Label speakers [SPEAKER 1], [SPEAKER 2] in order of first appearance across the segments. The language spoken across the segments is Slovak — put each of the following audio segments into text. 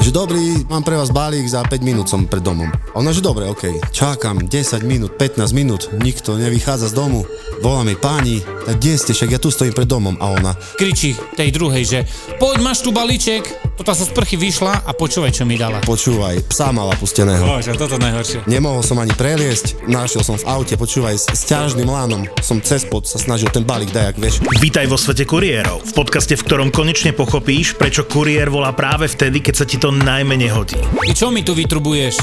[SPEAKER 1] Že dobrý, mám pre vás balík, za 5 minút som pred domom. A ona, že dobre, okej, čakám 10 minút, 15 minút, nikto nevychádza z domu. Volám jej páni, tak kde ste, však ja tu stojím pred domom. A ona,
[SPEAKER 2] Kričí tej druhej, že poď, máš tu balíček. Toto zo sprchy vyšla a počúvaj, čo mi dala.
[SPEAKER 1] počúvaj, psa mala pusteného.
[SPEAKER 2] Bože, toto najhoršie.
[SPEAKER 1] Nemohol som ani preliesť, našiel som v aute, počúvaj, s, s ťažným lánom som cez pod sa snažil ten balík dajak, vieš.
[SPEAKER 3] Vítaj vo svete kuriérov, v podcaste, v ktorom konečne pochopíš, prečo kuriér volá práve vtedy, keď sa ti to najmenej hodí.
[SPEAKER 2] Ty čo mi tu vytrubuješ?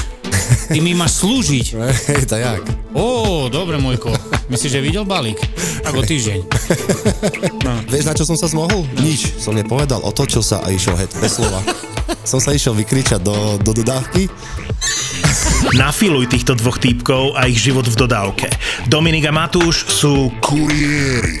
[SPEAKER 2] Ty mi máš slúžiť.
[SPEAKER 1] Hej, to jak?
[SPEAKER 2] Ó, dobre, môjko. Myslíš, že videl balík? Tak o týždeň.
[SPEAKER 1] Vieš, na čo som sa zmohol? Nič. Som nepovedal, otočil sa a išiel het, bez slova. som sa išiel vykričať do, do dodávky.
[SPEAKER 3] Nafiluj týchto dvoch týpkov a ich život v dodávke. Dominik a Matúš sú kuriéri.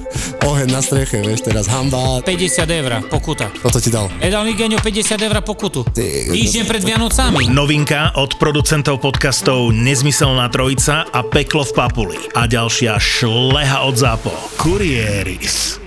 [SPEAKER 1] oheň na streche, vieš, teraz hamba.
[SPEAKER 2] 50 eur pokuta.
[SPEAKER 1] Toto ti dal.
[SPEAKER 2] Edal mi Genio 50 eur pokutu.
[SPEAKER 1] Ty-
[SPEAKER 2] Týždeň pred Vianocami.
[SPEAKER 3] Novinka od producentov podcastov Nezmyselná trojica a Peklo v papuli. A ďalšia šleha od zápo. Kurieris.